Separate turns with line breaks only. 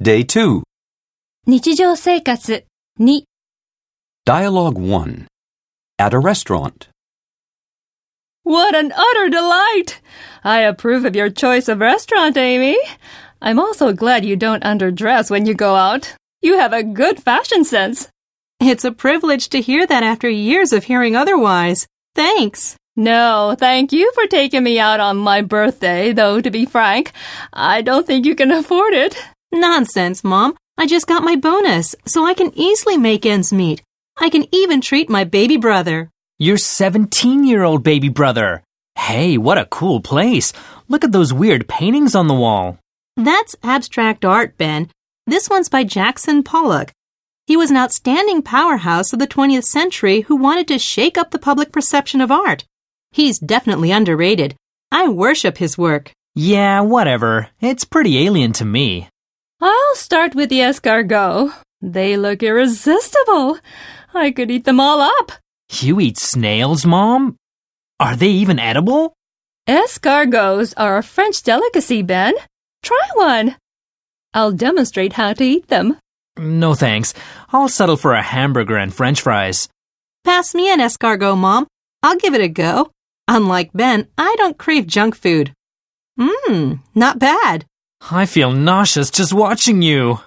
Day 2.
日常生活2
Dialogue 1. At a restaurant.
What an utter delight! I approve of your choice of restaurant, Amy. I'm also glad you don't underdress when you go out. You have a good fashion sense.
It's a privilege to hear that after years of hearing otherwise. Thanks.
No, thank you for taking me out on my birthday, though, to be frank, I don't think you can afford it.
Nonsense, Mom. I just got my bonus, so I can easily make ends meet. I can even treat my baby brother.
Your 17 year old baby brother. Hey, what a cool place. Look at those weird paintings on the wall.
That's abstract art, Ben. This one's by Jackson Pollock. He was an outstanding powerhouse of the 20th century who wanted to shake up the public perception of art. He's definitely underrated. I worship his work.
Yeah, whatever. It's pretty alien to me.
I'll start with the escargot. They look irresistible. I could eat them all up.
You eat snails, Mom? Are they even edible?
Escargots are a French delicacy, Ben. Try one. I'll demonstrate how to eat them.
No thanks. I'll settle for a hamburger and french fries.
Pass me an escargot, Mom. I'll give it a go. Unlike Ben, I don't crave junk food. Mmm, not bad.
I feel nauseous just watching you.